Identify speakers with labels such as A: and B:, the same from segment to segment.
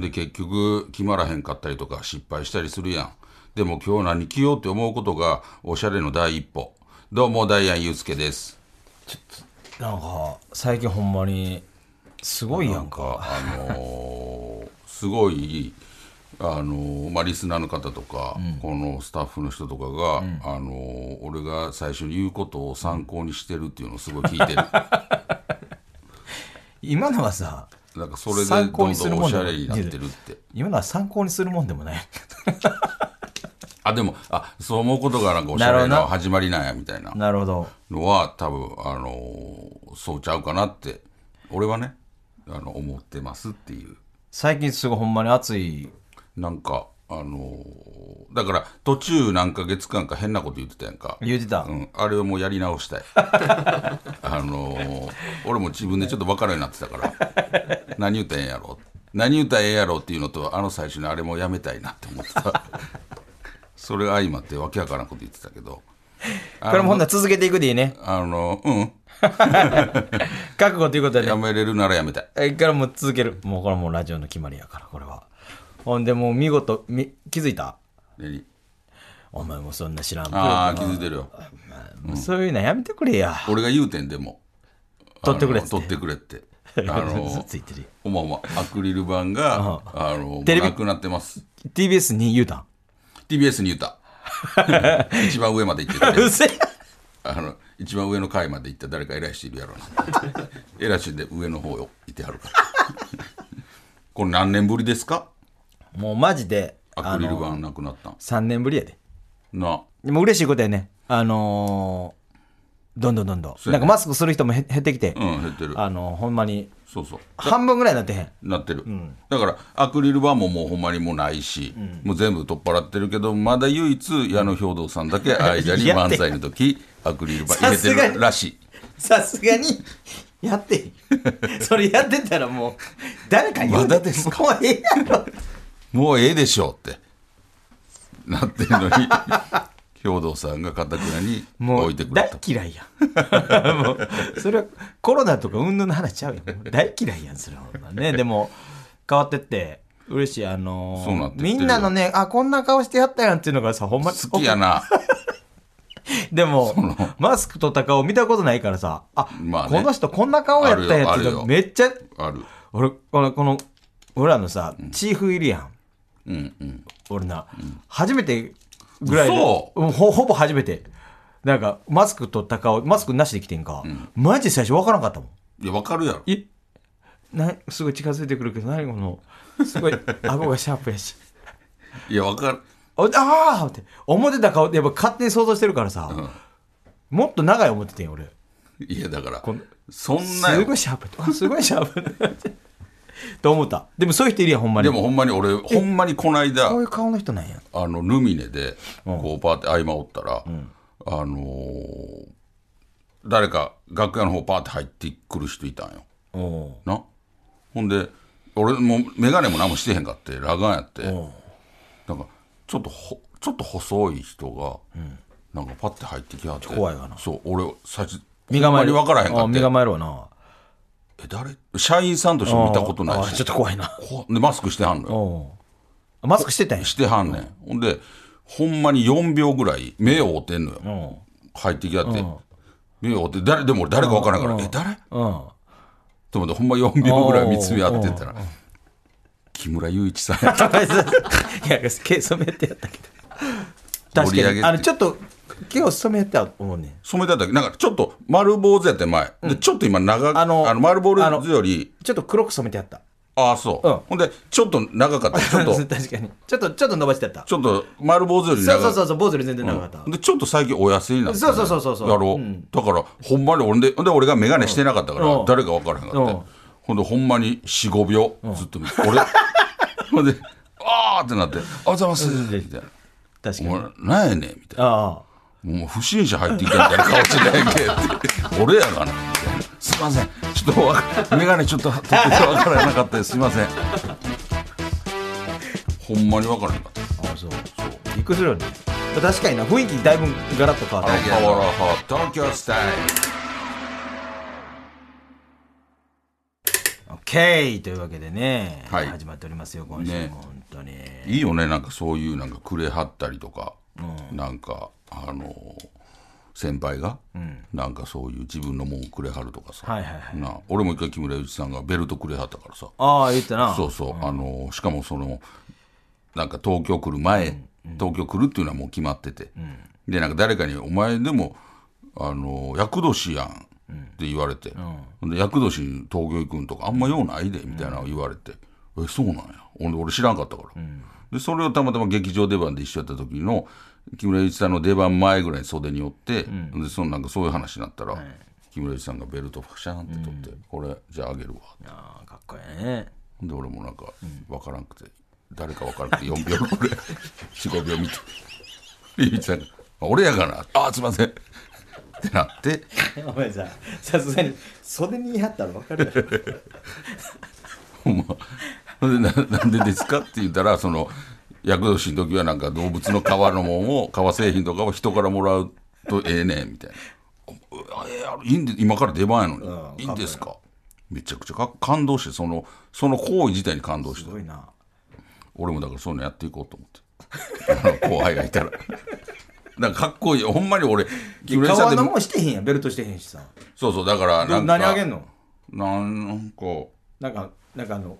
A: で結局決まらへんかったりとか失敗したりするやん。でも今日何着ようって思うことがおしゃれの第一歩。どうもダイアンユースケです。
B: なんか、最近ほんまに、すごいやん
A: なん
B: か。
A: かあのーすごいあのーまあリスナーの方とか、このスタッフの人とかが、あのー俺が最初に言うことを参考にしてるっていうのをすごい 聞いてる。
B: 今のはさ、
A: なんかそれでど
B: 参
A: ん
B: 考
A: ど
B: にする
A: ん
B: も
A: お
B: ん
A: し
B: だ
A: ゃれになってるって。
B: 今のは参考にするもんでもない。
A: あでもあそう思うことがなんかおしゃ
B: なる
A: れ
B: ほどな
A: な始まりなんやみたいな。
B: なるほど。
A: のは多分あのそうちゃうかなって俺はねあの思ってますっていう
B: 最近すごいほんまに熱い。
A: なんかあのだから途中何ヶ月間か変なこと言ってたやんか、
B: 言うてた。
A: うん、あれをもうやり直したい あの俺も自分でちょっと分からんようになってたから何言ったらええんやろ何言ったらええやろっていうのとあの最初のあれもやめたいなって思ってたそれ相まってわけわからんこと言ってたけど
B: これもほんなら続けていくでいいね。
A: あのうん
B: 覚悟ということで
A: や
B: ね。
A: めれるならやめたい
B: えからもう続ける。もうこれはもうラジオの決まりやから、これは。ほんでもう見事、み気づいた
A: 何
B: お前もそんな知らん。
A: ああ、気づいてるよ。
B: もうそういうのやめてくれや。
A: 俺が言うてんでも。
B: 取ってくれっ
A: あの
B: つって
A: 取ってく れって。あの
B: ついてる。
A: ほんまほんま、アクリル板が、あの、
B: テレビ
A: なくなってます。
B: TBS に言う たん。
A: TBS に 言った。一番上まで行ってたね、
B: うせ
A: あの、一番上の階まで行った誰か偉い人いるやろうな。偉い人で上の方よ、いてはるから。これ何年ぶりですか
B: もうマジで、
A: アクリル板なくなったん。
B: 3年ぶりやで。
A: な、
B: でも嬉しいことやね。あのーどんどんどんどん。
A: そう
B: な
A: やね
B: んかマスクする人もへ減ってきて、
A: うん、減ってる。
B: あのーほんまに、
A: そうそう。
B: 半分ぐらいになってへん。
A: なってる、だからアクリル板ももうほんまにもうないし、もう全部取っ払ってるけどまだ唯一矢野兵道さんだけ間 に
B: やって
A: 漫才の時アクリル板入れて
B: さすがに
A: るらしい
B: さすがに、 やってん。 それやってたらもう、誰か言う
A: まだです
B: かもうええやろ。
A: もうええでしょうってなってるのに 兵道さんがかたくなに
B: も
A: 置
B: う、
A: いてくれ
B: 大
A: た
B: 嫌いや ん。もう、それはコロナとか云々の話ちゃうやん。もう大嫌いやん、それはほんま ね。でも、変わってって、嬉しい。あのー
A: そうなってきてる
B: み
A: よ
B: んなのね、あ、こんな顔してやったやんっていうのがさ、ほんまに
A: 好きやな
B: でも、マスクとった顔見たことないからさ、あ、
A: まあね
B: この人こんな顔やったんや
A: あ
B: つ
A: るよある
B: が
A: よ
B: めっちゃ、
A: ある
B: 俺、この、この、俺らのさ、チーフいるやん。
A: うんうん
B: 俺な、初めてぐらいで
A: 嘘
B: うんほ、ほぼ初めて。なんか、マスクとった顔、マスクなしで来てんか、マジで最初わからんかったもん。
A: いやわかるやろ
B: えなすごい近づいてくるけど、何この、す ごい、顎がシャープやし。
A: いやわかる
B: ああーって、思ってた顔ってやっぱ勝手に想像してるからさ、もっと長い思っててん俺。
A: いやだから
B: の
A: そんな
B: す
A: よ
B: ごいシャープあすごいシャープ と思ったでもそういう人いるやんほんまに
A: でもほんまに俺ほんまにこないだ
B: こういう顔の人なんや
A: あのルミネでこうパーって合間おったら、あのー誰か楽屋の方パーって入ってくる人いたんよ
B: おう
A: なほんで俺もう眼鏡も何もしてへんかって裸眼やってなんかちょっとほちょっと細い人が、なんかパッて入ってきはって
B: 怖いわな
A: そう俺最初
B: 身構える
A: ほんまに分からへんか
B: あ
A: っ
B: 身
A: て
B: 構えるわな
A: え誰社員さんとしても見たことな
B: あ
A: い
B: あちょ
A: し
B: っと怖いな
A: こわでマスクしてはんのよ
B: おうマスクしてたんや
A: してはんねん、ほんでほんまに4秒ぐらい目を追ってんのよ、
B: うん
A: 入ってきあって、目を追って誰でも俺誰か分からんから、え誰
B: うん
A: と思ってほんま4秒ぐらい見つめ合ってたら、木村雄一さんやった
B: いや毛染めってやったけど確
A: 盛り
B: か
A: 上げ
B: に
A: て
B: あのちょっと毛を染めやったと思うねん
A: 染めてあったけどなんかちょっと丸坊主やって前、でちょっと今長く
B: あ
A: あ
B: の
A: の丸坊主より
B: ちょっと黒く染めてやった
A: ああそう、
B: うん
A: ほんでちょっと長かったちょ
B: 確
A: っと
B: かにちょっとちょっと伸ばしてやった
A: ちょっと丸坊主より
B: そう
A: 長
B: そう
A: か
B: そ
A: っ
B: うそう坊主より全然長かった、
A: たでちょっと最近お痩せになって、
B: そうそうそうそうそう
A: やろ、
B: うん
A: だからほんまに俺でで俺が眼鏡してなかったから、
B: うん
A: 誰か分からへんかった、
B: うん
A: ほんでほんまに45秒ずっと見て、俺ほんであああーってなって、あざいますみたいな。
B: 確かに
A: お。前、なんやねんみたい
B: あ
A: な。もう不審者入ってきたみたいな顔してないけって。俺やがな。みたいなすいません。ちょっとわか、メガネちょっと取っててわからなかったです。すいません。ほんまにわからなかった。
B: あ。ああ、そう。びっくりするよね。確かにな、雰囲気だいぶガラッと変わ
A: パ
B: っ
A: ワ
B: た。
A: ーハー東京スタイル。
B: オッケーというわけでね、
A: はい
B: 始まっておりますよ、今週も、
A: ね
B: 本当に。
A: いいよねなんかそういうなんかくれはったりとか、なんかあのー先輩が、なんかそういう自分のもんくれはるとかさ、
B: はいはいはい
A: な俺も一回木村祐一さんがベルトくれはったからさ
B: ああ、言ったな。
A: そうそう、あのーしかもそのなんか東京来る前、東京来るっていうのはもう決まってて、でなんか誰かに「お前でもあのー厄年やん」って言われて「ほんで厄年東京行くんとかあんま用ないで」みたいなの言われて「えそうなんや俺俺知らんかったから」でそれをたまたま劇場出番で一緒やった時の木村祐一さんの出番前ぐらいに袖に寄って、でそのなんかそういう話になったら、木村祐一さんがベルトファシャンって取って「これじゃああげるわ」
B: ああ、かっこいいね。
A: で俺もなんか分からんくて、誰か分からんくて4秒ぐらい45秒見てリリーちゃんが「俺やからああすいません」ってなって
B: お前さ、さすがに袖にやったらわかるよ。
A: ほんまほんでななんでですか?」って言ったらその厄年の時はなんか動物の皮のもんを革製品とかを人からもらうとええねんみたいなあ「えーあいいんで今から出番やのに、いいんですか?」めちゃくちゃか感動してそのその行為自体に感動して
B: すごいな。
A: 俺もだからそういうのやっていこうと思って あの後輩がいたらなんかかっこいいほんまに俺木村さ
B: 革
A: ん
B: の
A: って
B: もんしてへんやん、ベルトしてへんしさ。
A: そうそうだからなんか
B: 何あげんの
A: なんなんか
B: なんか、なんかあの、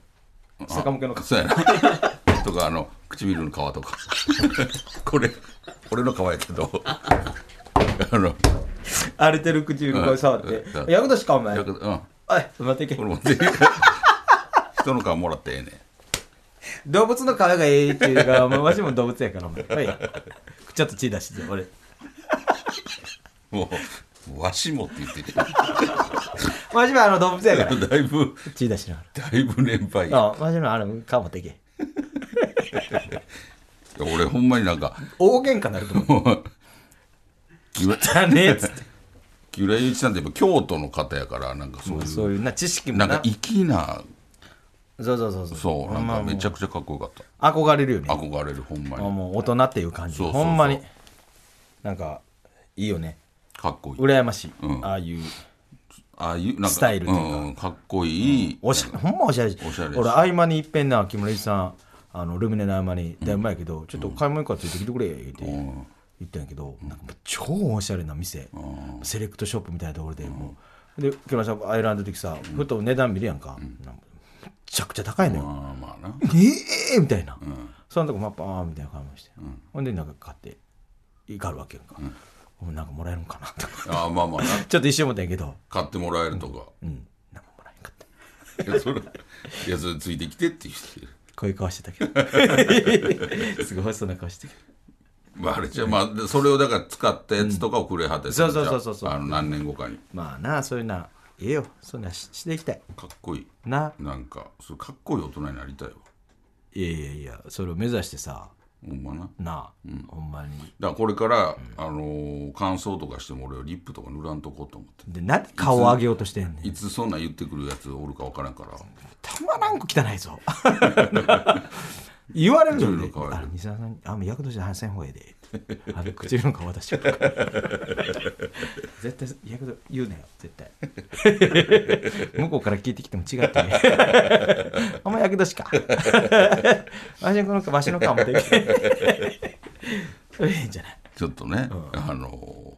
B: 坂向けの革
A: そうやな とかあの唇の皮とか これ俺の皮やけど あの
B: 荒れてる唇こう触っ
A: うん
B: て。役年か、お前。
A: やけどうん
B: おい、待っていけ
A: 俺。も全然人の皮もらってええねん
B: 動物の皮がええっていう か、お前わしも動物やから、お前。はい。ちょっと血出して、俺。
A: もうわしもって言って て
B: わしもあの動物や から。
A: だいぶ
B: 血出しなが
A: だいぶ年配
B: ら。あ、わしもあの皮持っていけ。
A: 俺ほんまになんか
B: 大喧嘩なると思う。
A: もう木村
B: だねっつって。
A: 木浦祐一さんってやっぱ京都の方やからなんかそういう
B: そういうな、知識も
A: な
B: な。
A: んか粋な
B: そうそうそうそう。
A: そうなん
B: ま
A: か
B: あもう
A: めちゃくちゃかっこよかっ
B: 憧れるよね
A: た。憧れるほんま
B: あ
A: に
B: もう大人っていう感じ。
A: そうそうそう
B: ほんまに。なんか、いいよね。
A: かっこいい
B: 羨ましい。
A: うん
B: ああいう。
A: ああいうなんか
B: スタイルというか
A: んかっこいい
B: おしゃほんまおしゃれし
A: おしゃれです
B: 俺合間にいっぺんな木村一さんあのルミネの合間にだいぶ前やけど、ちょっと買い物行くからついてきてくれって言ったんやけど、なんかもう超おしゃれな店、セレクトショップみたいなところで、もうで木村さんアイランドの時さふと値段見るやんか,、なんかめちゃくちゃ高いのよ、
A: あーまあな
B: ええみたいな、そのとこまあバーンみたいな買い物して、ほんでなんか買っていかるわけやんか、もうなんかもらえるんかな と
A: あーまあまあな
B: ちょっと一瞬思ったんやけど
A: 買ってもらえる とか
B: うん何ももらえんかった
A: いやそれいやそれついてきてって言って
B: こういう顔してたけ ど。すごい細そうな顔してたけ
A: まああれじゃあまあでそれをだから使ったやつとかをくれはったやつ
B: うんそうそうそうそう
A: あの何年後かに
B: ど。まあなあ、そういうな、ええよ。そんなししていきたい。
A: かっこいい
B: な。
A: なんかそれかっこいい大人になりたいわ
B: いやいやいや、それを目指してさ、
A: ほんまな
B: なあ、ほんまに。
A: だからこれから、あのー感想とかしても俺はリップとか塗らんとこうと思っ
B: で、
A: て
B: なんで顔を上げようとしてんねん。
A: いつそんなん言ってくるやつおるか分からんから
B: たまらんこ汚いぞ。 言われるよね
A: 唇の皮。
B: あれ、西田さん、あ、もう役年で話せん方がええで。あ の、唇の顔渡してくるから。 絶対、役年言うなよ、絶対。 向こうから聞いてきても違ったね。 あんま役年か。わしのこのわしの顔もでき それいいんじゃない
A: ちょっとね、あのー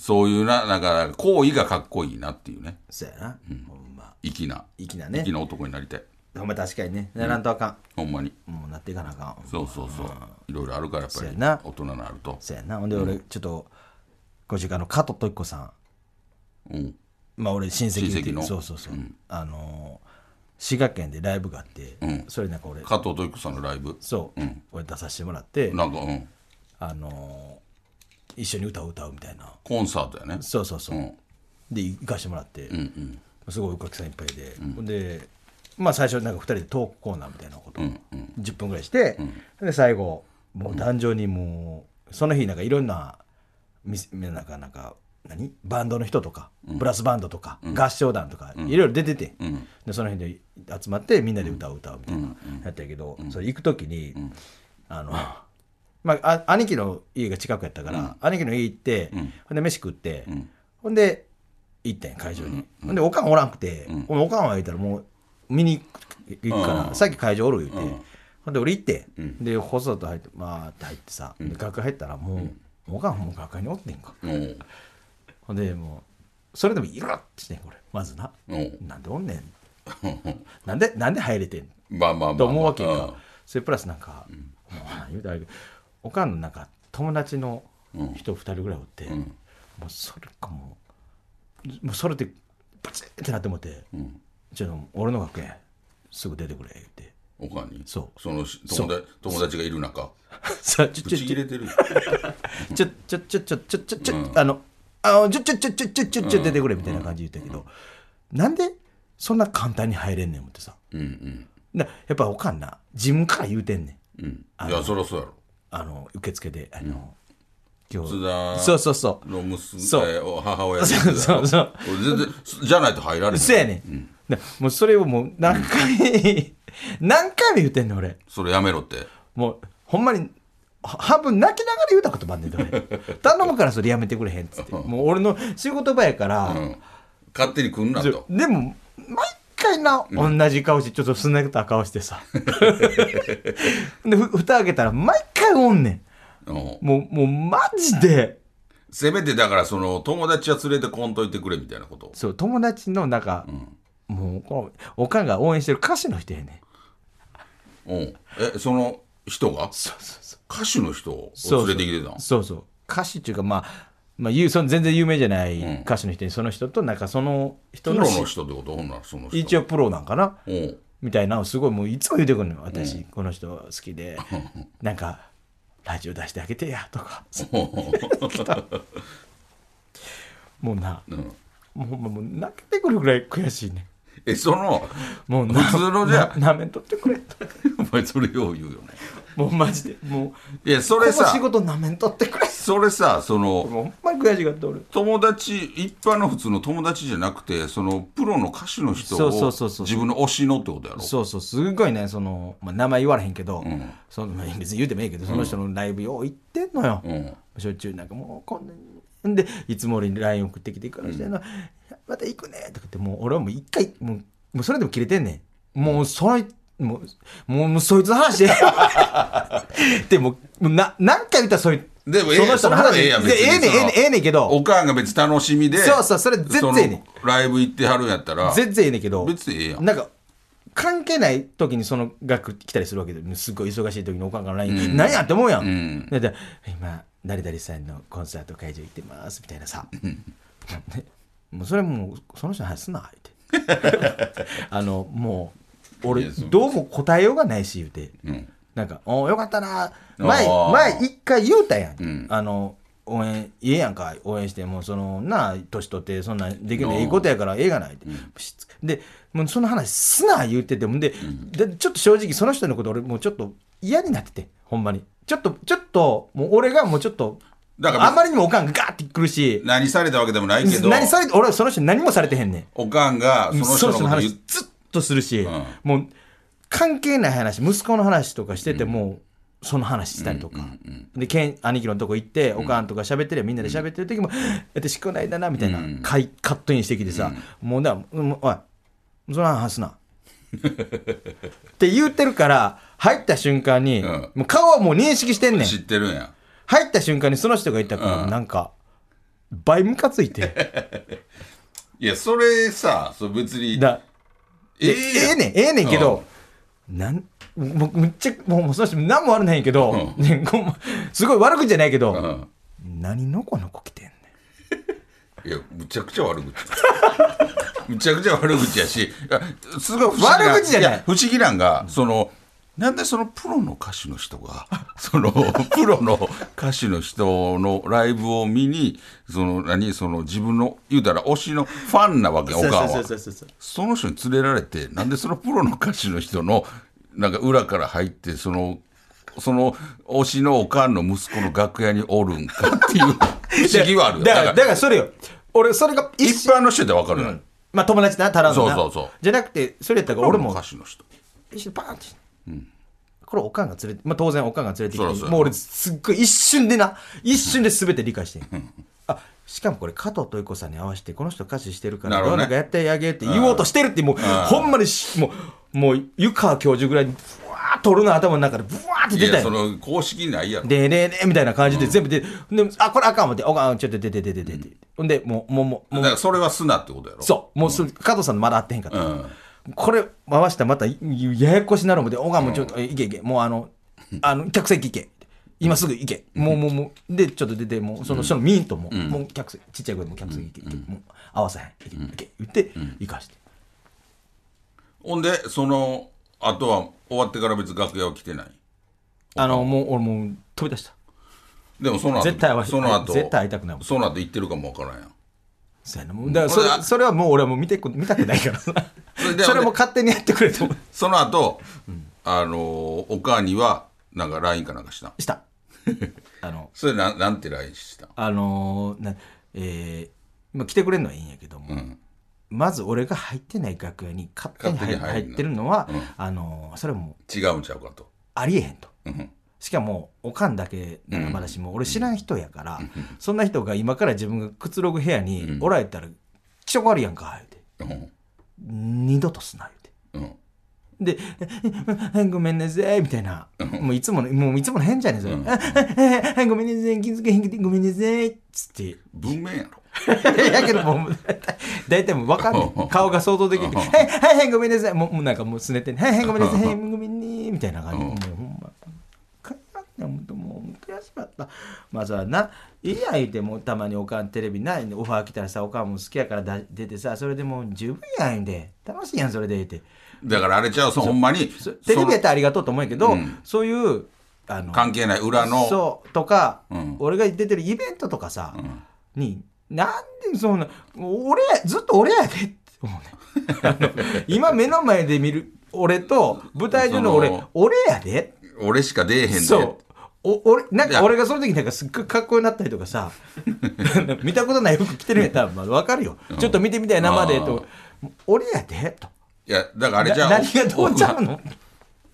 A: そういうなだから行為がかっこいいなっていうね
B: そうやな。ほんま、
A: 粋な
B: 粋なね
A: 粋な男になりたい
B: ほんま確かにね。ならんとあか
A: ほんまに
B: ん。もうなっていかなあかん。
A: そうそうそういろいろあるからやっぱ
B: そうや
A: り
B: な
A: 大人になると
B: そうやな。ほんで俺、ちょっと、ご実家の加藤時子さん。
A: うん
B: まあ俺親戚って
A: 親戚の
B: そうそうそう、あのー滋賀県でライブがあって、それなんか俺
A: 加藤豊子さんのライブ
B: そう、俺出させてもらって、
A: なんかうん
B: あのー一緒に歌を歌うみたいな
A: コンサートやね
B: そうそうそう、
A: うん
B: で行かしてもらって、すごいお客さんいっぱいで、ほんでまあ最初なんか2人でトークコーナーみたいなこと、 10分ぐらいして、で最後もう壇上にもう、その日なんかいろんなみなんかなんか何バンドの人とか、ブラスバンドとか、合唱団とか、いろいろ出てて、でその辺で集まってみんなで歌を歌うみたいなやったけど、それ行く時に、あの。まあ、あ兄貴の家が近くやったから、兄貴の家行って、ほんで飯食って、ほんで行ったんや会場に、ほんでおかんおらんくて、お前おかんは言ったらもう見に行くから、さっき会場おる言うて、ほんで俺行って、で細田と入ってまあって入ってさ、で楽屋入ったらもう、おかんはもう楽屋におってんか
A: おう
B: ほんでもうそれでもイラッてしてんこれまずな、
A: おう
B: なんでおんねん なんでなんで入れてんの
A: まあまあまあまあ
B: と思うわけやんか、それプラスなんか、もう言うたらあれやけどおかんのなんか友達の人2人ぐらいおって、もうそれかもうもうそれでバチってなって思って、ちょっと俺の学園すぐ出てくれ」言って
A: うんおかんに
B: そう
A: のし友達友達がいる中
B: 「さあちょ
A: ぶ
B: ちょ
A: ち
B: ち
A: 切
B: ょ
A: れてるよ
B: ちょちょちょちょちょちょちょ、あのあのちょちょちょちょちょちょちょ出てくれ」みたいな感じで言ったけど、なんでそんな簡単に入れんねん思ってさ
A: うん
B: なやっぱおかんな自分から言うてんねん
A: うんうんいやそりゃそうやろ
B: あの受付であの、今日
A: 津田
B: そうそうそう
A: の娘
B: そう
A: えーお母親
B: そうそうそう
A: 俺全然じゃないと入られない
B: そうやね、んなもうそれをもう何回何回も言うてんの俺
A: それやめろって
B: もうほんまには半分泣きながら言うたことばんねんで俺頼むからそれやめてくれへんっつってもう俺の仕事場やから、
A: うん勝手に来んな
B: ちょ
A: と
B: でも毎回な同じ顔してちょっとすねた顔してさでふ蓋開けたら毎回おんね
A: うん
B: んもうもうマジで
A: せめてだからその友達は連れてこんといてくれみたいなこと
B: そう友達のなんか、もうこうおかんが応援してる歌手の人やねん
A: うんえその人が
B: そうそうそう
A: 歌手の人を
B: そう
A: 連れてきてたの
B: そうそう歌手っていうかまあまあ、ゆうその全然有名じゃない歌手の人に、その人となんかその人
A: プ
B: の
A: ロの人ってことほんならその人
B: 一応プロなんかな
A: うん
B: みたいなのをすごいもういつも言うてくるのよ私、この人好きで なんかラジオ出してあげてやと かもうな、もうほんまもう泣けてくるぐらい悔しいね
A: えその
B: もうな
A: 普通のじゃ
B: ななめんとってくれと
A: お前それよう言うよね
B: もうマジでもう
A: いやそ
B: こ
A: れ
B: の
A: さ
B: 仕事なめんとってくれ
A: それさその
B: もうほんまに悔しがって俺
A: 友達一般の普通の友達じゃなくてそのプロの歌手の人
B: そうそ
A: を
B: うそうそう
A: 自分の推しのってことやろ
B: そうそうすごいねその、まあ、名前言われへんけど、そのま あ別に言うてもいいけどその人のライブよう行ってんのよ、
A: ん
B: しょっちゅうなんかもうこんなにでいつも俺に LINE 送ってきてからしてんの、また行くね」とか言ってもう俺はもう一回もうもうそれでも切れてんねんもうそいもうもうもうそいつの 話ででもうもうな何回言ったらそい
A: でもええ
B: その人の話
A: それはええやん
B: で
A: 別に
B: ええねんええねん
A: その
B: ええねんけど
A: おかんが別に楽しみで
B: そうそうそれ全然ええねん
A: そのライブ行ってはるんやったら
B: 全然ええねんけど
A: 別にええやん
B: なんか関係ない時にその額来たりするわけですっごい忙しい時におかんから LINE、何やって思うやん、
A: ん
B: だって今誰々さんのコンサート会場行ってますみたいなさ、ねもうそれもうその人の話すな言って あのもう俺
A: いやそう
B: どうも答えようがないし言うて、
A: うん
B: なんか「およかったな前
A: あー
B: 前一回言うたやん、
A: ん
B: あの応援いいやんか応援してもうそのなあ年取ってそんなんできるのええことやからええがないって、しつでもうその話すな言っててもんで,、でちょっと正直その人のこと俺もうちょっと嫌になっててほんまにちょっとちょっともう俺がもうちょっと
A: だから
B: あまりにもおかんがガーってくるし
A: 何されたわけでもないけど
B: 何され俺はその人に何もされてへんねん
A: おかんがその人のこと言っ
B: 話ずっとするし、
A: ん
B: もう関係ない話息子の話とかしてても、その話したりとか、でけん兄貴のとこ行って、おかんとか喋ってるみんなで喋ってる時も「私こないだな」みたいな、かいカットインしてきてさ、もうな「もうおいその話 すな」って言ってるから入った瞬間に、
A: ん
B: もう顔はもう認識してんねん
A: 知ってるんや
B: 入った瞬間にその人がいたから、なんか倍ムカつい て
A: いやそれさそれ別に
B: だ
A: え
B: え
A: え
B: え
A: や
B: えねん、ええねんけど、なん、もうむっちゃ、もうもうその人何も悪ないんやけど、
A: う
B: ねごめんすごい悪くじゃないけど、
A: うん
B: 何のこのこ来てんねん。
A: いやむちゃくちゃ悪口 むちゃくちゃ悪口やしいやすごい不思議
B: 悪口じゃない
A: や不思議なんがそのなんでそのプロの歌手の人がその プロの歌手の人のライブを見にその何その自分の言うたら推しのファンなわけやおかんは
B: うそう。
A: その人に連れられてなんでそのプロの歌手の人のなんか裏から入ってそのその推しのおかんの息子の楽屋におるんかっていう 不思議はあるよ
B: だから、
A: だから
B: だからそれよ。俺、それが一
A: 一般の人でわかるよ、
B: うんまあ友達だ、たらんのな。
A: そうそうそう
B: じゃなくて、それやったから俺も
A: 歌手の人
B: 一緒にパーンって。これおかんが連れて、まあ当然おかんが連れてき
A: そう
B: て、
A: そう
B: もう俺すっごい一瞬でな、一瞬で全て理解してん。あ、しかもこれ加藤豊子さんに合わせて、この人歌手してるか
A: な
B: ら、
A: る
B: ど
A: ほ
B: う
A: どね
B: なんかやってあげって言おうとしてるって、もう、ほんまにし、もう、もう、湯川教授ぐらいに、ぶわーっと俺の頭の中で、ぶわーって
A: い
B: 出た
A: や
B: よ
A: そ。の公式ないやろ
B: でねねみたいな感じで全部出て、であこれあかん思っておかんちょっと出て出て出てほんでもうもうもう
A: だ
B: も
A: から
B: う
A: それは素なってことやろ
B: そうもうすぐ加藤さんまだ会ってへんかった、
A: うん
B: これ回したらまたいややこしなるもんでおかんもちょっと、えいけいけもうあのあの客席行け今すぐ行けもうもうもうでちょっと出てもうその人のミントも、もう客席ちっちゃい声でもう客席行け行け、もう合わせへん行け行け言って行かして、
A: ほんでそのあとは終わってから別に楽屋は来てない
B: あのもう俺もう飛び出した
A: でもその後
B: 絶対会わせ
A: その後
B: 絶対会いたくないもん
A: その後行ってるかもわからんやん
B: そうやなもうだからそれ
A: うん
B: それはもう俺はもう見てこ見たくないからさ
A: れ で
B: それも勝手にやってくれと思う
A: その後、あのーお母にはなんか LINE かなんかしたん
B: した あの
A: それななんて LINE したん
B: あのーなえーまあ、来てくれるのはいいんやけども、
A: うん
B: まず俺が入ってない楽屋に勝手に入
A: 勝手に入る
B: 入
A: の
B: ってるのは、
A: うん
B: あのーそれはもう
A: 違うんちゃうかと、
B: ありえへんと。
A: うん、
B: しかもおかんだけならまだしも、俺知らん人やから、そんな人が今から自分がくつろぐ部屋に
A: うん
B: おられたら気色悪いやんか言うて
A: うん
B: 二度とすな言うて
A: うん
B: でえ、えごめんなさい、みたいな。もういつもの、もういつもの変じゃねえ、それ。
A: うん
B: ええごめんなさい、気づけへんくて、ごめんなさい、つって。
A: 文面やろ
B: やけどもう、大体もう分かんな
A: う
B: い。
A: ん
B: 顔が想像できる。
A: うん
B: はい、はい、はい、ごめんなさい。もう、もうなんかもうすねてね。はい、はい、ごめんなさい、はい、ごめんね、みたいな感じ。
A: うん
B: もうほんま。かやってもうもう悔しかったまあさなええやん言うてもたまにおかんテレビないオファー来たらさおかんも好きやからだ出てさそれでもう十分やん言うて楽しいやんそれで言うて
A: だからあれちゃうそほんまに
B: そテレビやっ
A: そ
B: た
A: の
B: らありがとうと思うんやけど、
A: うん
B: そういうあの
A: 関係ない裏の
B: そうとか、
A: うん
B: 俺が出てるイベントとかさ、
A: ん
B: になんでそんな俺ずっと俺やでって思う ねあの今目の前で見る俺と舞台上の俺
A: その
B: 俺やで
A: 俺しか出えへんで
B: そうお俺なん
A: い
B: か
A: や
B: 俺がその時なんかすっごいかっこよくなったりとかさ 見たことない服着てるんや ったらまあ分かるよ、ちょっと見てみたい生でと俺やでと
A: いやだからあれ
B: な
A: ちゃう
B: 何がどうちゃうの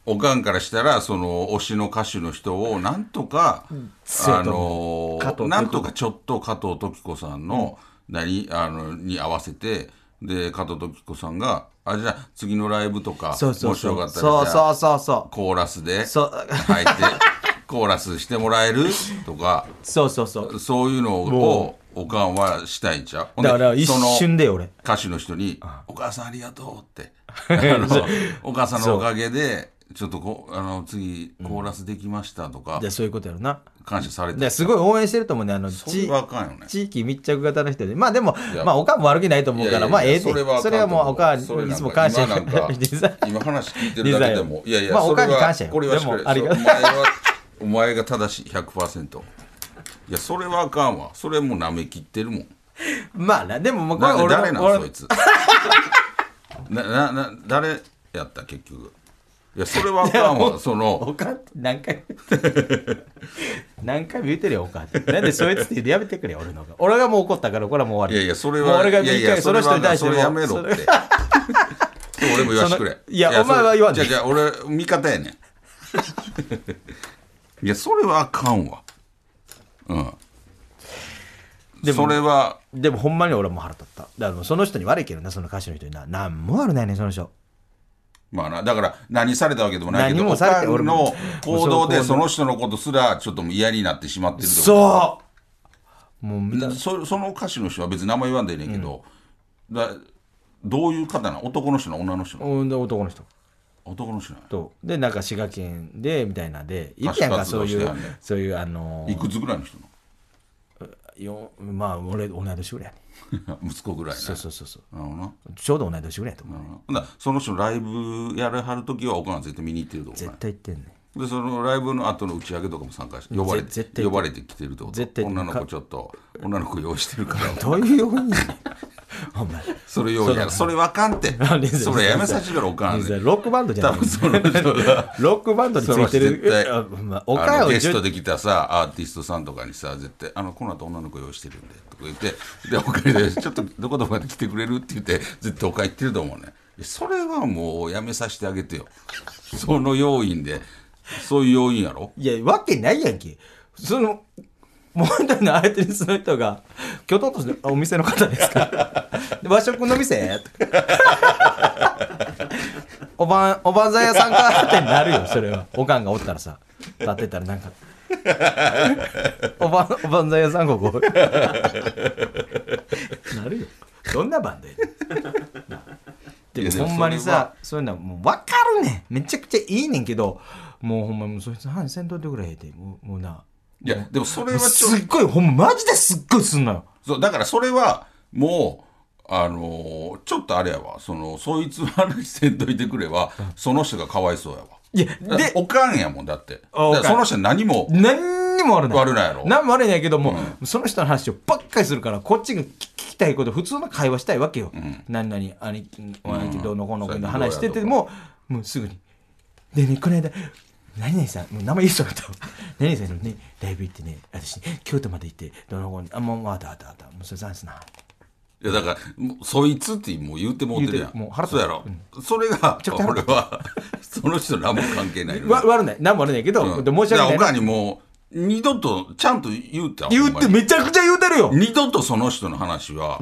A: おかんからしたらその推しの歌手の人をなんとか、
B: そうや
A: あ
B: と思う
A: の
B: 加藤時子
A: なんとかちょっと加藤時子さんの、何あのに合わせてで加藤時子さんがあじゃあ次のライブとか
B: そうそうそう
A: もしよかったら
B: そう
A: じゃ
B: そ
A: あ
B: うそうそう
A: コーラスで
B: そう
A: 入 ってコーラスしてもらえるとか
B: そうそうそう。
A: そういうのをおかんはしたいんちゃうほんで
B: だから一
A: その
B: 瞬で俺。
A: 歌手の人に「お母さんありが とう」ってあのお母さんのおかげでちょっとこあの次コーラスできました」とか
B: でそういうことやろな。
A: 感謝され
B: で
A: て
B: すごい応援してると思うね。あの、
A: それ
B: ち
A: はあかんよね
B: 地域密着型の人で。まあでも
A: い、や
B: まあおかんも悪気ないと思うから、まあええで。そ
A: それはあかん
B: れはもうおかんにい
A: それなん
B: つ
A: か
B: も感謝
A: 今 なんか
B: リザ
A: 今話聞いてるだけでも
B: リ
A: い
B: ザ
A: や
B: よ
A: いや
B: まあ
A: それ
B: おか
A: は
B: んに感謝よ
A: これはしっ
B: で
A: かり
B: もありが
A: それお前はお前が正しい100%いやそれはあかんわそれもなめきってるもん
B: まあな、でももうこれ
A: な
B: 俺
A: 誰な
B: の
A: ん
B: 俺
A: そ
B: の
A: いつななな誰やった結局いやそれはあかんわその
B: おかんって何回も言ってる何回も言ってるよ、おかんって。なんでそいつって言うのやめてくれ、俺のが。俺がもう怒ったから、これはもう終
A: い
B: わ
A: や
B: り。
A: いや、それ
B: もう
A: は、
B: 俺が
A: いやい
B: 一回
A: や
B: その人に対しても
A: それはなそれやめろって。俺も言わして
B: そ
A: くれ。
B: のいやお前は言わん
A: じ
B: で
A: ゃじゃ俺、味方やね ん。いや、それはあかんわ。うん。
B: でも
A: それは、
B: でもほんまに俺はもう腹立った。だからもうその人に悪いけどな、その歌手の人にな。なんも悪ないねんその人。
A: まあな、だから、何されたわけでもないけど、
B: 何も
A: お
B: されて
A: かん
B: 俺
A: の
B: も
A: 行動
B: も
A: で、
B: うそ
A: そうの人のことすら、ちょっともう嫌になってしまってるってこと
B: そうもうみんな
A: そその歌手の人は別に名前言わんでええねんけど、だどういう方なん男の人なの女の人なの
B: うんで男の人
A: 男の人なの
B: とでなんか滋賀県でみたいなんでい
A: 歌
B: る
A: 手
B: やんか
A: 活
B: そう
A: 動
B: いう、
A: してはんねん
B: そういうあのー
A: いくつぐらいの人なの
B: よまあ俺同い年ぐらいやね
A: 息子ぐらいな。
B: そうそうそうそう
A: なるほどな
B: ちょうど同い年ぐらいやと思う、
A: なるほどほんならその人のライブやらはるときは、お母さん絶対見に行ってると思
B: 絶対言ってんねん
A: うで、そのライブの後の打ち上げとかも参加して、呼ばれ
B: ぜ絶
A: て、
B: 対行
A: 呼
B: く
A: ばれてきてるってこと
B: 絶対行く
A: 女の子ちょっと、女の子用意してるから、
B: どういうようにほんまに
A: それようや
B: そうだな
A: るそれわか んって
B: 何で
A: それやめさせてからおかんねん
B: ロックバンドじゃ
A: 多
B: ない
A: 分その人が
B: ロックバンドにつ
A: その
B: いて
A: 人
B: る
A: 絶対
B: あほんまお
A: あ
B: か
A: の
B: を
A: ゲスト
B: 10
A: で来たさアーティストさんとかにさ絶対「あのこの後女の子用意してるんで」とか言ってでおかえりで「 ちょっとどこどこまで来てくれる?」って言って絶対おかえり行ってると思うねいやそれはもうやめさせてあげてよその要因でそういう要因やろ
B: いやわけないやんけその問題の相手にその人がきょとんとしてお店の方です かで和食の店とかおばんおばんざい屋さんかってなるよそれはおかんがおったらさ立ってたらなんかおばんおばんざい屋さんここなるよどんなバンドやねんでも
A: いやでも
B: ほんまに
A: それは
B: さそういうのはもう分かるねんめちゃくちゃいいねんけどもうほんまもうそいつ反戦とってくれへんてもうもうない
A: やでもそれはちょっと
B: すっごいほんまマジですっごいすんのよ
A: そうだからそれはもうあのーちょっとあれやわそのそいつの話せんといてくれはその人がかわいそうやわ
B: いや
A: だって
B: で
A: おかんやもんだって
B: あおかん
A: だからその人何も
B: 何にも悪ない
A: 悪ないやろ
B: 何も悪いんやけども、その人の話をばっかりするからこっちが聞きたいこと普通の会話したいわけよ、何々兄貴お兄貴どうのこうのこうの話してても、もうすぐにでねこの間何々さんもう名前言いそうだったわ何々さんのねライブ行ってね私京都まで行ってどうのこうのあもうもうあったあったあったもうそれざんすない
A: やだからもうそいつってもう言うてもうてるや
B: 言うてるもうん腹立
A: そう
B: つ
A: やろ、それが
B: ちゃくちゃ腹
A: 俺は その人何も関係ないのね
B: わ悪ない何も悪いんやけど、
A: うん
B: で申し
A: だから
B: 訳
A: お
B: な
A: か
B: い
A: んにもう二度とちゃんと言うて
B: 言ってめちゃくちゃ言うてるよ
A: 二度とその人の話は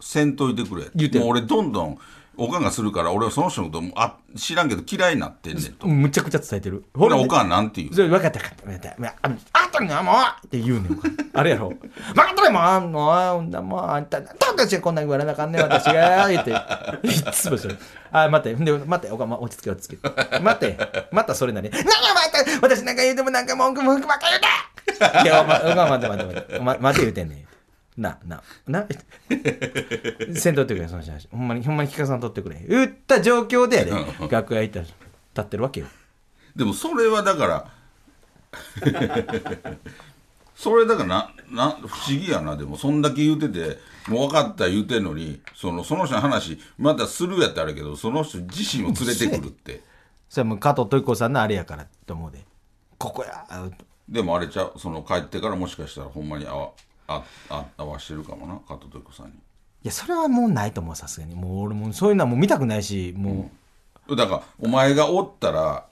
A: せんといてくれ、
B: 言うて
A: もう俺どんどんおかんがするから俺はその人のこともあ知らんけど嫌いになってんねんと
B: むちゃくちゃ伝えてるほ
A: ほらおかんなんて言う
B: それ分かった分かった分かった。ああんたにはもうって言うねん。 あれやろ。分かったよもうあんのあんなもうあんた、なんで私がこんなん言われなあかんねん私が。言って。いっつもそれ。あ、待って。で、待って。おかま、落ち着け落ち着け。待って。またそれなり。なんや待って私なんか言うてもなんか文句文句ばっか言うていや、お前、おかん待って待って待って。お前待って言うてんねん。な、な、な、せんとってくれ、その話。ほんまに、ほんまに聞かさんとってくれ。言った状況でやで
A: う、ん
B: 楽屋行ったら立ってるわけよ。
A: でもそれはだから それだからなな不思議やなでもそんだけ言うててもう分かった言うてんのにそのその人の話またするやったらあれやけどその人自身を連れてくるって
B: それはもう加藤時子さんのあれやからと思うでここやあ
A: でもあれちゃうその帰ってからもしかしたらほんまにあわああ合わしてるかもな加藤時子さんに。
B: いやそれはもうないと思うさすがにもう俺もそういうのはもう見たくないしも
A: だからお前がおったら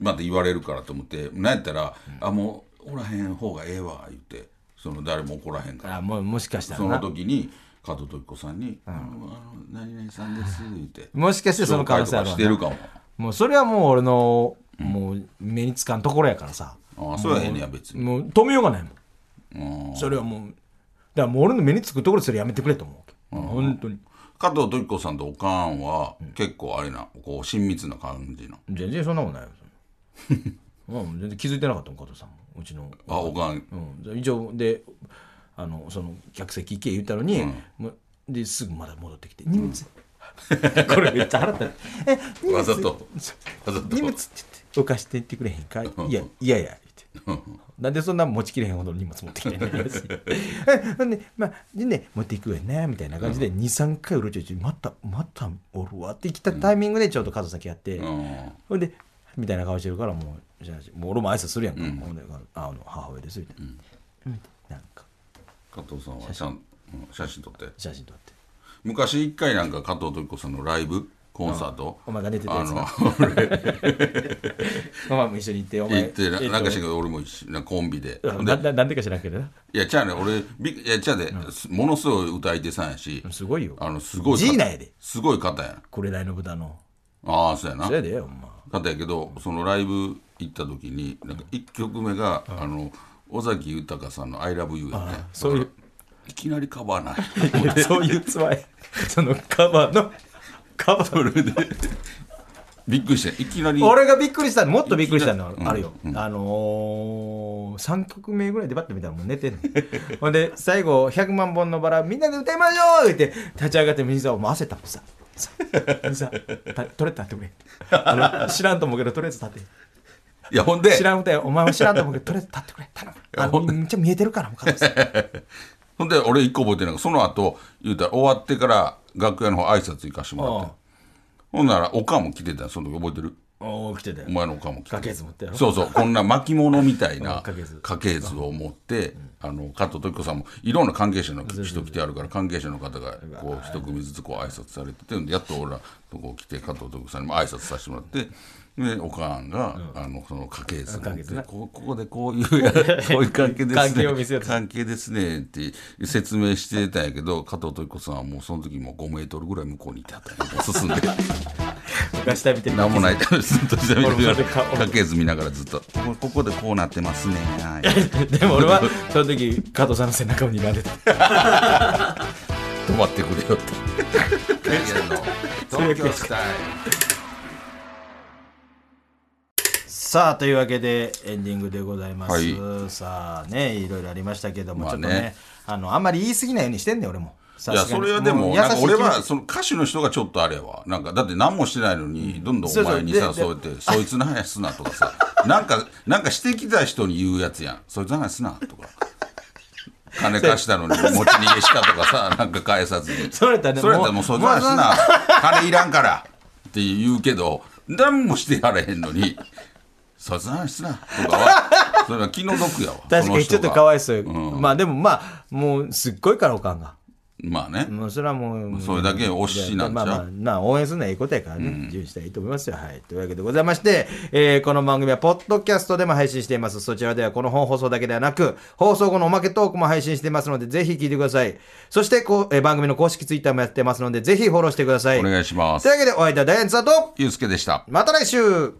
A: また言われるからと思ってなんやったら、あもうおらへん方がええわ言ってその誰も怒らへん
B: う、
A: から
B: あもうもしかしたら
A: その
B: な
A: 時に加藤時子さんに「あのあの何々さんです」言って
B: もしかしてその可能性あ
A: 紹介と
B: る
A: か
B: わ
A: して
B: な
A: るかも
B: もうそれはもう俺の、もう目につかんところやからさ
A: ああそれはええねや別に
B: もう止めようがないもん
A: うん
B: それはもうだからもう俺の目につくところでそれやめてくれと思う、本当に
A: 加藤時子さんとおかんは結構あれなこう親密な感じの
B: 全然そんなことないよ うん全然気づいてなかったもん加藤さんもうちの
A: あおかん
B: うん、以上であのその客席行け言ったのに、もうですぐまだ戻ってきて「荷物」 これめっちゃ腹立って「 え荷物
A: わざとわざと
B: 荷物」って言って「浮かしてってくれへんかい?」いや「いやいや」言って。なんでそんな持ちきれへんほどの荷物持ってきてん のえほんで、まあ、でね、持っていくわよね、みたいな感じで、2、3回うろちょろちょ、また、またおるわって来たタイミングで、ちょうど数先やって、
A: うん
B: ほんで、みたいな顔してるから、もう、じゃあもう俺も挨拶するやんか。ほんで、ああの母親です、みたいな。うんなんか、
A: 加藤さんはちゃんうん写真撮って
B: 写真撮って。
A: 昔一回なんか加藤時子さんのライブコンサート、
B: お前が出てた
A: あ
B: やつな
A: の
B: ママも一緒に行って、お前。
A: 行ってな
B: えと
A: なんかしけど俺も一緒なんかコンビで
B: うん
A: で
B: なななんでか知らんけどな。
A: いやちゃうね俺びいやちゃうで、ものすごい歌い手さんやし
B: すごいよ。
A: あのすごい
B: ジーナ
A: 方
B: やで。
A: すごい方や
B: これらの豚の。
A: ああそうやな
B: それでよ、お前。
A: 方やけどそのライブ行った時になんか1曲目が、あの尾崎豊さんの「ILOVEYOU」やって
B: そういう。
A: いきなりカバーない
B: い やそういうつまりそのカバーのカバー
A: びっくりしていきなり
B: 俺がびっくりしたのもっとびっくりしたの
A: うん
B: あるよ、あのー、3曲目ぐらいでバッと見たらもう寝てんねん ほんで最後100万本のバラみんなで歌いましょうって立ち上がって水をもう汗たもんさささたとりあえず立ってくれあの知らんと思うけどとりあえず立って
A: いやほんで
B: 知らん歌よお前も知らんと思うけどとりあえず立ってくれ頼むあのめっちゃ見えてるからもう加藤さん
A: ほんで俺一個覚えてないその後言うたら終わってから楽屋の方挨拶行かしてもらってほんならおかんも来てたよその時覚えてる
B: おお来てたよ
A: お前のおかんも来てた
B: 家系図持ってやろ
A: そうそうこんな巻物みたいな
B: 家系図
A: 家系図を持ってあの加藤時子さんもいろんな関係者の人来てあるから関係者の方がこう一組ずつこう挨拶されててやっと俺らとこ来て加藤時子さんにも挨拶させてもらって。でおかんが、あのその家系図持
B: 家
A: っ
B: 系図
A: て
B: な
A: こここでこ ういうやこういう関係ですね
B: 関係を見せようと
A: 関係ですねって説明してたんやけど加藤時子さんはもうその時もう5メートルぐらい向こうにいてはったんや進んで。
B: 昔下見てる
A: なんもないずっと下見
B: 俺も
A: て
B: それ
A: る
B: でか
A: 家系図見ながらずっとこここでこうなってますねはい
B: でも俺はその時加藤さんの背中を睨んでた
A: 止まってくれよって 東京スタイ
B: さあというわけでエンディングでございます、
A: は
B: さあねいろいろありましたけども、
A: まあね
B: ちょっとねあのあんまり言い過ぎないようにしてんねん俺も
A: いやそれはでも
B: う優
A: なんか
B: しい
A: 俺
B: 気
A: は
B: 持ち
A: その歌手の人がちょっとあれはなんかだって何もしてないのにどんどんお前にさ
B: そ
A: そうう
B: そ
A: やって「そいつの話すな」とかさ なんかなんかしてきた人に言うやつやん「そいつの話すな」とか金貸した のに持ち逃げしたとかさなんか返さずに
B: それやったらね
A: それやったらもうそいつの話すな金いらんからって言うけど何もしてやれへんのに「そいつの話すな」とか はそれは気の毒やわ
B: 確かにちょっとかわいそうよ、
A: うん
B: まあでもまあもうすっごいからおかんが
A: まあね
B: もうそれはもう
A: それだけ推しなんちゃう
B: まあまあ、まあ、応援するのはいいことやからね、自由したらいいと思いますよはいというわけでございまして、えーこの番組はポッドキャストでも配信していますそちらではこの本放送だけではなく放送後のおまけトークも配信していますのでぜひ聞いてくださいそしてこう、えー番組の公式ツイッターもやってますのでぜひフォローしてください
A: お願いしま
B: とい
A: す
B: うわけでお相手はダイアンツだと
A: ゆうすけでした
B: また来週